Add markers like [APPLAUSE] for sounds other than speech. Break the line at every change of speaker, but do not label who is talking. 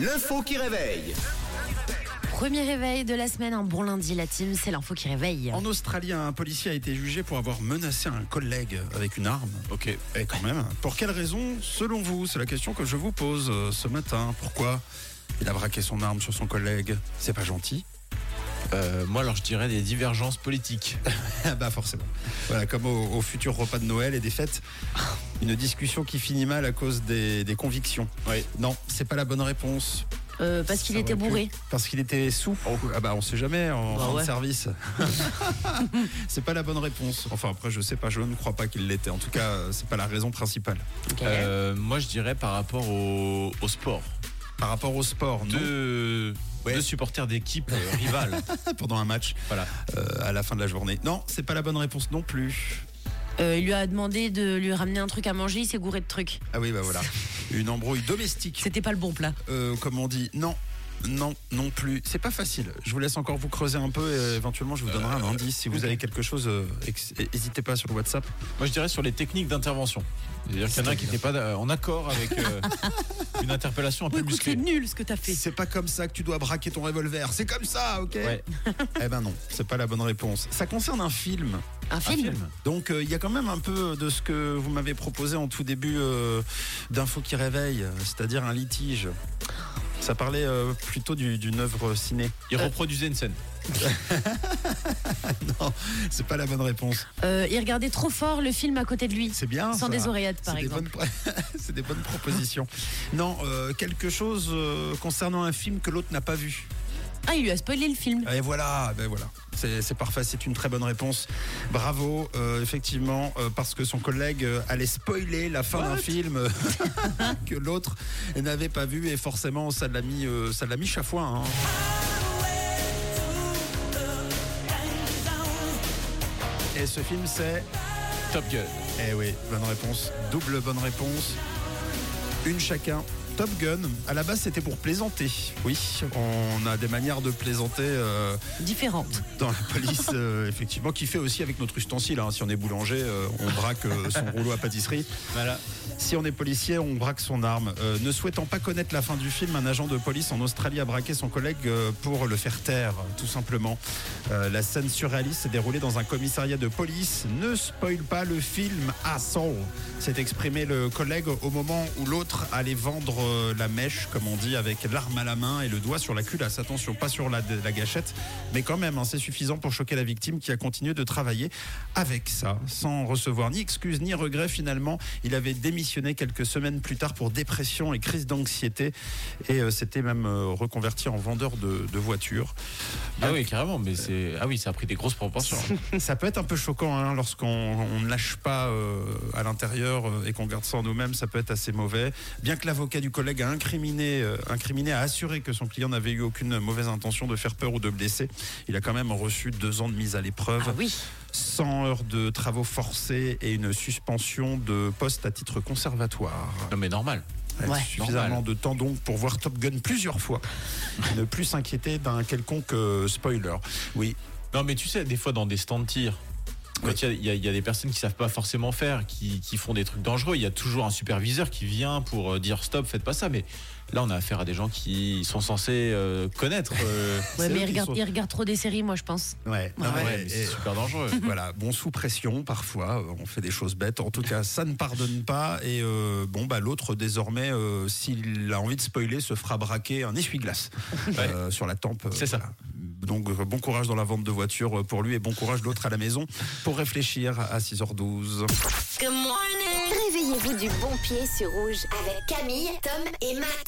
L'info qui réveille.
Premier réveil de la semaine, un bon lundi la team, c'est l'info qui réveille.
En Australie, un policier a été jugé pour avoir menacé un collègue avec une arme. Ok. Et quand même. Pour quelle raison, selon vous C'est la question que je vous pose euh, ce matin. Pourquoi il a braqué son arme sur son collègue C'est pas gentil
Euh, moi, alors je dirais des divergences politiques.
Ah Bah forcément. Voilà, comme au, au futur repas de Noël et des fêtes. Une discussion qui finit mal à cause des, des convictions.
Oui.
Non, c'est pas la bonne réponse.
Euh, parce qu'il
Ça
était
aurait pu.
bourré.
Parce qu'il était sous. Ah bah on sait jamais en
Bah
fin
ouais.
de
[LAUGHS]
service. [LAUGHS] c'est pas la bonne réponse. Enfin après je sais pas, je ne crois pas qu'il l'était. En tout cas euh, c'est pas la raison principale.
Euh, moi, je dirais par rapport au, au sport.
Par rapport au sport, non.
Deux,
Ouais.
deux supporters d'équipes euh, [LAUGHS] rivales.
Ah, pendant un match
Voilà.
euh, à la fin de la journée. Non, c'est pas la bonne réponse non plus.
Euh, il lui a demandé de lui ramener un truc à manger, il s'est gouré de trucs.
Ah oui bah voilà. Une embrouille domestique,
C'était pas le bon plat.
euh, comme on dit. Non. Non, non plus. C'est pas facile. Je vous laisse encore vous creuser un peu et éventuellement je vous donnerai un indice. Si vous avez quelque chose, n'hésitez pas sur le WhatsApp.
moi, je dirais sur les techniques d'intervention. C'est-à-dire qu'il y en a qui n'étaient pas d'a- en accord avec [LAUGHS] euh, une interpellation un peu musclée.
nul ce que t'as
C'est pas comme ça que tu dois braquer ton revolver. C'est comme ça, ok
Ouais.
Eh ben non, c'est pas la bonne réponse. Ça concerne un film.
Un film,
Donc euh, il y a quand même un peu de ce que vous m'avez proposé en tout début euh, d'info qui réveille, c'est-à-dire un litige. Ça parlait euh, plutôt du- d'une œuvre ciné.
Il reproduisait une scène.
Non, c'est pas la bonne réponse.
Euh, Il regardait trop fort le film à côté de lui.
C'est bien.
Sans
ça.
des oreillettes
C'est
par
des
exemple.
bonnes pro- [LAUGHS] c'est des bonnes propositions. Non, euh, quelque chose euh, concernant un film que l'autre n'a pas vu.
Ah, il lui a spoilé le film.
Et voilà, ben voilà. C'est c'est parfait, c'est une très bonne réponse. Bravo, euh, effectivement, euh, parce que son collègue euh, allait spoiler la fin d'un film [LAUGHS] euh, que l'autre n'avait pas vu et forcément ça l'a mis, euh, ça l'a mis chafouin. hein. Et ce film c'est...
Top Gun.
Eh oui, bonne réponse, double bonne réponse, une chacun. Top Gun, à la base c'était pour plaisanter. Oui, on a des manières de plaisanter. euh,
Différente.
dans la police, euh, effectivement, qui fait aussi avec notre ustensile. hein. Si on est boulanger, euh, on braque euh, son rouleau à pâtisserie.
Voilà.
Si on est policier, on braque son arme. Euh, ne souhaitant pas connaître la fin du film, un agent de police en Australie a braqué son collègue euh, pour le faire taire, tout simplement. Euh, la scène surréaliste s'est déroulée dans un commissariat de police. Ne spoil pas le film à s'est exprimé le collègue au moment où l'autre allait vendre euh, la mèche, comme on dit, avec l'arme à la main et le doigt sur la culasse. Attention, pas sur la, la gâchette, mais quand même, hein, c'est suffisant pour choquer la victime qui a continué de travailler avec ça, sans recevoir ni excuse ni regret. Finalement, il avait démissionné quelques semaines plus tard pour dépression et crise d'anxiété, et euh, s'était même euh, reconverti en vendeur de, de voitures.
Ah oui, carrément. Mais c'est ah oui, ça a pris des grosses [LAUGHS] proportions.
Ça peut être un peu choquant hein, lorsqu'on on ne lâche pas euh, à l'intérieur euh, et qu'on garde ça en nous-mêmes, ça peut être assez mauvais. Bien que l'avocat du collègue a incriminé, euh, incriminé a assuré que son client n'avait eu aucune mauvaise intention de faire peur ou de blesser, il a quand même reçu deux ans de mise à l'épreuve,
Ah oui.
100 heures de travaux forcés et une suspension de poste à titre conservatoire.
Non, mais normal.
Ouais.
Suffisamment
Normal.
de temps donc pour voir Top Gun plusieurs fois, [LAUGHS] Et ne plus s'inquiéter d'un quelconque euh, spoiler. Oui,
Non, mais tu sais, des fois dans des stands de tir,
Oui.
quand il y a- il y, a- il y a des personnes qui savent pas forcément faire, qui, qui font des trucs dangereux, il y a toujours un superviseur qui vient pour euh, dire stop, faites pas ça. Mais là, on a affaire à des gens qui sont censés euh, connaître. euh,
Ouais,
C'est eux
mais il
qui
regarde,
sont-
il regarde trop des séries, moi je pense.
ouais. Non,
ouais,
mais-
mais c'est
et-
super dangereux.
[LAUGHS] Voilà, bon, sous pression, parfois, euh, on fait des choses bêtes. En tout cas, ça ne pardonne pas. Et euh, bon, bah, l'autre, désormais, euh, s'il a envie de spoiler, se fera braquer un
[LAUGHS]
essuie-glace euh, sur la tempe. euh,
C'est ça.
voilà. Donc, euh, bon courage dans la vente de voitures euh, pour lui et bon courage l'autre à la maison pour réfléchir à 6h12.
Réveillez-vous du bon pied sur rouge avec Camille, Tom et Matt.